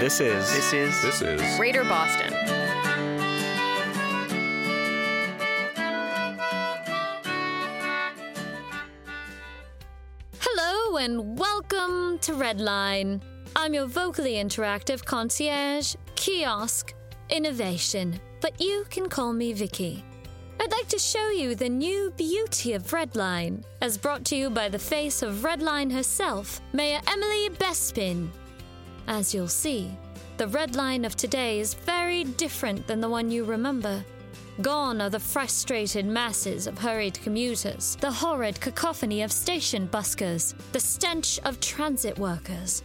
This is. This is. This is. Raider Boston. Hello and welcome to Redline. I'm your vocally interactive concierge, kiosk, innovation, but you can call me Vicky. I'd like to show you the new beauty of Redline, as brought to you by the face of Redline herself, Mayor Emily Bespin. As you'll see, the red line of today is very different than the one you remember. Gone are the frustrated masses of hurried commuters, the horrid cacophony of station buskers, the stench of transit workers.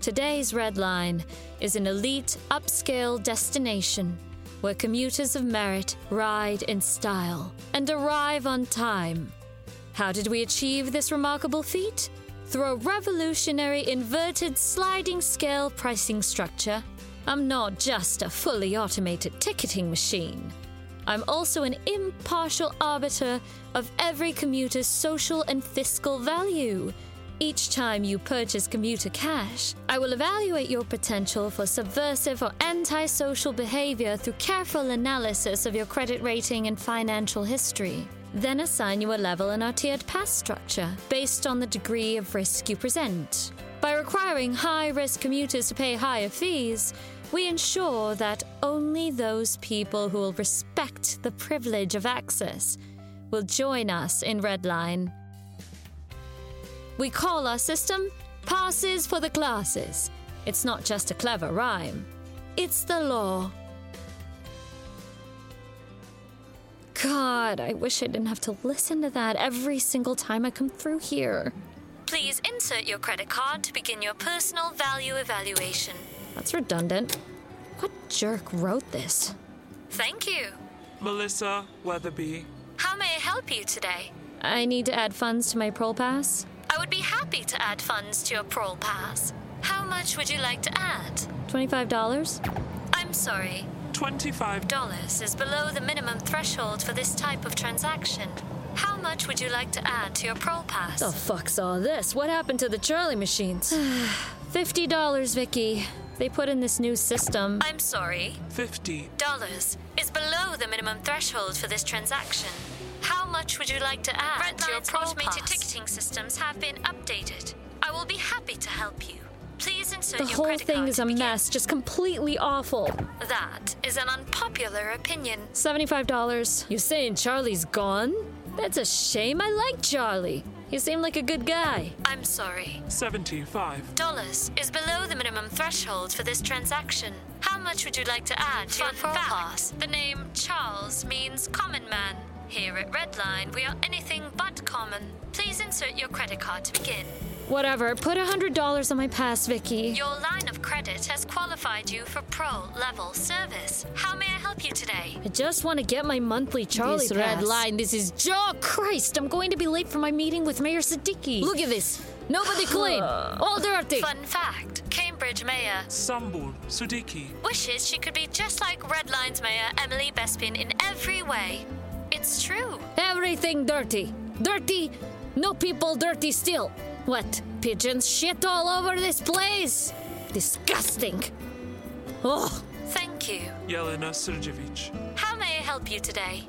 Today's red line is an elite, upscale destination where commuters of merit ride in style and arrive on time. How did we achieve this remarkable feat? Through a revolutionary inverted sliding scale pricing structure, I'm not just a fully automated ticketing machine. I'm also an impartial arbiter of every commuter's social and fiscal value. Each time you purchase commuter cash, I will evaluate your potential for subversive or antisocial behavior through careful analysis of your credit rating and financial history. Then assign you a level in our tiered pass structure based on the degree of risk you present. By requiring high risk commuters to pay higher fees, we ensure that only those people who will respect the privilege of access will join us in Redline. We call our system Passes for the Classes. It's not just a clever rhyme, it's the law. God, I wish I didn't have to listen to that every single time I come through here. Please insert your credit card to begin your personal value evaluation. That's redundant. What jerk wrote this? Thank you. Melissa Weatherby. How may I help you today? I need to add funds to my Prol Pass. I would be happy to add funds to your Prol Pass. How much would you like to add? $25? I'm sorry. 25. Dollars is below the minimum threshold for this type of transaction. How much would you like to add to your Prol Pass? The fuck's all this? What happened to the Charlie machines? Fifty dollars, Vicky. They put in this new system. I'm sorry. 50. Dollars is below the minimum threshold for this transaction. How much would you like to add? to your Prol automated ticketing systems have been updated. I will be happy to help you. Please insert the your whole thing is a mess, just completely awful. That is an unpopular opinion. Seventy-five dollars. You saying Charlie's gone? That's a shame. I like Charlie. He seemed like a good guy. I'm sorry. 75. Dollars is below the minimum threshold for this transaction. How much would you like to add to Fun your pass? The name Charles means common man. Here at Redline, we are anything but common. Please insert your credit card to begin. Whatever. Put a hundred dollars on my pass, Vicky. Your line of credit has qualified you for pro level service. How may I help you today? I just want to get my monthly Charlie this red line. This is Joe Christ. I'm going to be late for my meeting with Mayor Siddiqui. Look at this. Nobody clean. All dirty. Fun fact: Cambridge Mayor Sambul Sudiki. wishes she could be just like Redline's mayor, Emily Bespin, in every way. It's true. Everything dirty. Dirty. No people dirty still. What? Pigeons shit all over this place? Disgusting. Oh. Thank you. Yelena Srjevic. How may I help you today?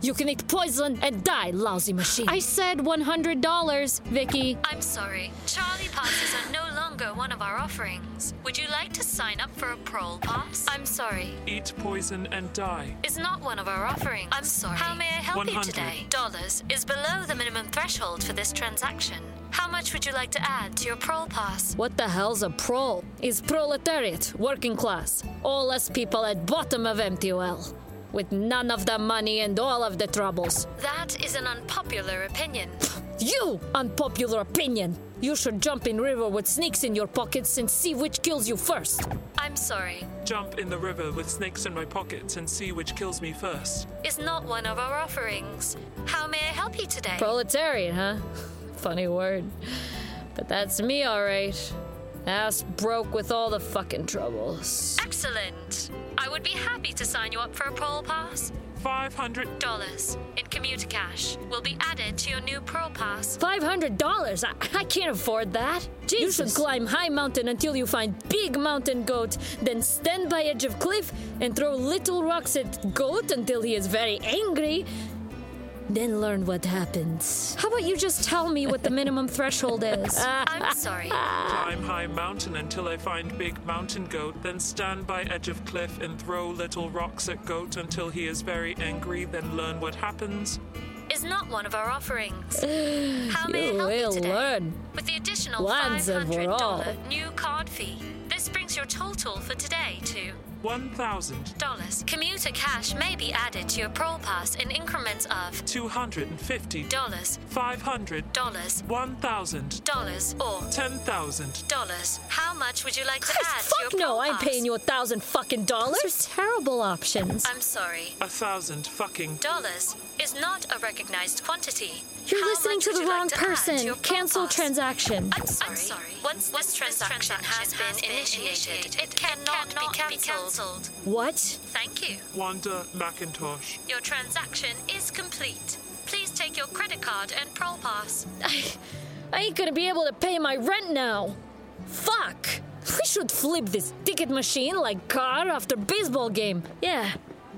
you can eat poison and die, lousy machine. I said $100, Vicky. I'm sorry. Charlie passes are no longer one of our offerings. Would you like to sign up for a Prol Pass? I'm sorry. Eat poison and die. Is not one of our offerings. I'm sorry. How may I help 100. you today? Dollars is below the minimum threshold for this transaction. How much would you like to add to your prol pass? What the hell's a prol? It's proletariat, working class, all us people at bottom of MTOL, with none of the money and all of the troubles. That is an unpopular opinion. you unpopular opinion. You should jump in river with snakes in your pockets and see which kills you first. I'm sorry. Jump in the river with snakes in my pockets and see which kills me first. is not one of our offerings. How may I help you today? Proletarian, huh? Funny word. But that's me, alright. Ass broke with all the fucking troubles. Excellent. I would be happy to sign you up for a poll pass. 500. dollars in commuter cash will be added to your new Pearl Pass. Five hundred dollars. I, I can't afford that. You should Jesus. climb high mountain until you find big mountain goat, then stand by edge of cliff and throw little rocks at goat until he is very angry. Then learn what happens. How about you just tell me what the minimum threshold is? I'm sorry. Climb high mountain until I find big mountain goat, then stand by edge of cliff and throw little rocks at goat until he is very angry, then learn what happens. Is not one of our offerings. How You may I help you will today? learn. With the additional Once and for all. $500 new card fee, this brings your total for today to 1,250. dollars. Commuter cash may be added to your Pearl Pass in increments of dollars, $500. dollars, 1,000. dollars, or 10,000. dollars. How much would you like to add to your Fuck no! Pearl I'm Pass? paying you a thousand fucking dollars. Those terrible options. I'm sorry. A thousand fucking. Dollars is not a recognized quantity. You're How listening much to would the you like wrong to add to person. your Pearl Cancel Pass? transaction. I'm sorry. Once this transaction, has, been initiated, it cannot, be cancelled. What? Thank you. Wanda Macintosh. Your transaction is complete. Please take your credit card and Pearl Pass. I ain't gonna be able to pay my rent now. Fuck! We should flip this ticket machine like car after baseball game. Yeah.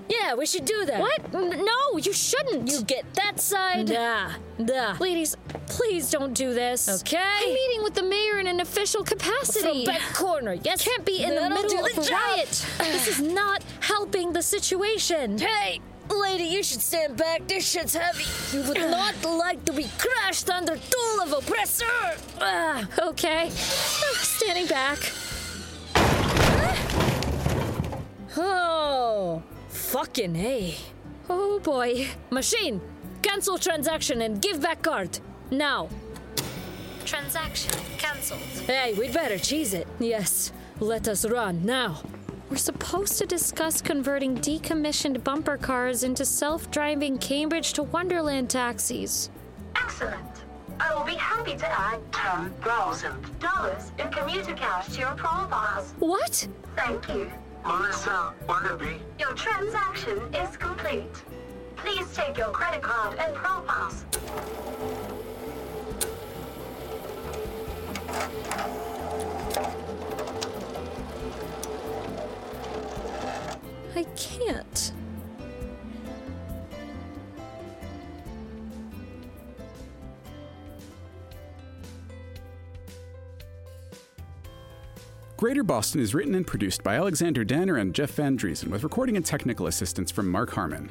Yeah, we should do that. What? N- no, you shouldn't. You get that side. Nah, nah. Ladies, please don't do this. Okay. I'm meeting with the mayor in an official From capacity. back corner. Yes. Can't be in the That'll middle do of a job. riot. this is not helping the situation. Hey, lady, you should stand back. This shit's heavy. You would not like to be crushed under tool of oppressor. Ah, okay, Ah, standing back. Oh, fucking hey. Oh boy, machine, cancel transaction and give back card now. Transaction cancelled. Hey, we'd better cheese it. Yes, let us run now. We're supposed to discuss converting decommissioned bumper cars into self driving Cambridge to Wonderland taxis. Excellent. I will be happy to add ten thousand dollars in commuter cash to your Pearl Pass. What? Thank you. Melissa Wannabe, Your transaction is complete. Please take your credit card and Pearl Pass. I can't. Greater Boston is written and produced by Alexander Danner and Jeff Van Driesen with recording and technical assistance from Mark Harmon.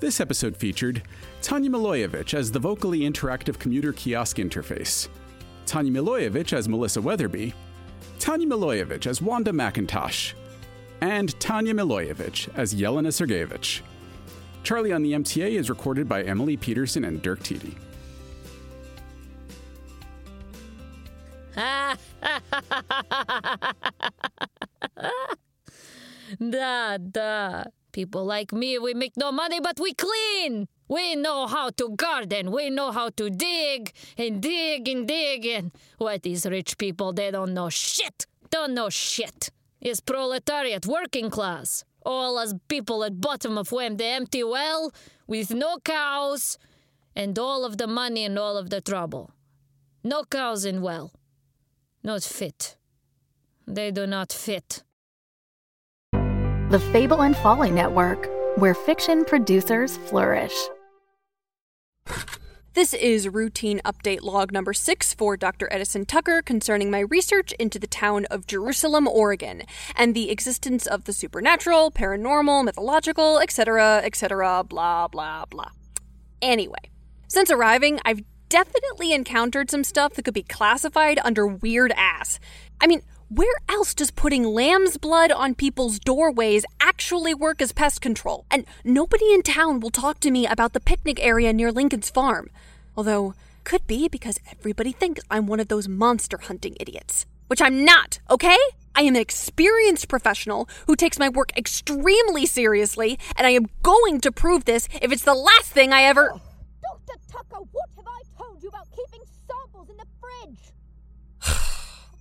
This episode featured Tanya Milojevic as the vocally interactive commuter kiosk interface, Tanya Milojevic as Melissa Weatherby, Tanya Milojevic as Wanda McIntosh, and Tanya Milojevic as Yelena Sergeyevich. Charlie on the MTA is recorded by Emily Peterson and Dirk Teedy. Da da. People like me, we make no money, but we clean. We know how to garden. We know how to dig and dig and dig. And what these rich people, they don't know shit. Don't know shit. It's proletariat, working class. All us people at bottom of wham, the empty well with no cows and all of the money and all of the trouble. No cows in well. Not fit. They do not fit. The Fable and Folly Network, where fiction producers flourish. This is routine update log number six for Dr. Edison Tucker concerning my research into the town of Jerusalem, Oregon, and the existence of the supernatural, paranormal, mythological, etc., etc., blah, blah, blah. Anyway, since arriving, I've definitely encountered some stuff that could be classified under weird ass. I mean, where else does putting lamb's blood on people's doorways actually work as pest control? And nobody in town will talk to me about the picnic area near Lincoln's farm. Although, could be because everybody thinks I'm one of those monster hunting idiots. Which I'm not, okay? I am an experienced professional who takes my work extremely seriously, and I am going to prove this if it's the last thing I ever. Dr. Tucker, what have I told you about keeping samples in the fridge?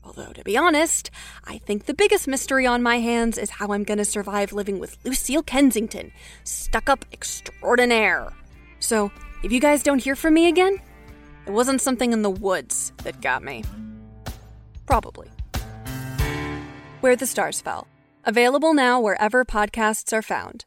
Although, to be honest, I think the biggest mystery on my hands is how I'm going to survive living with Lucille Kensington, stuck up extraordinaire. So, if you guys don't hear from me again, it wasn't something in the woods that got me. Probably. Where the Stars Fell. Available now wherever podcasts are found.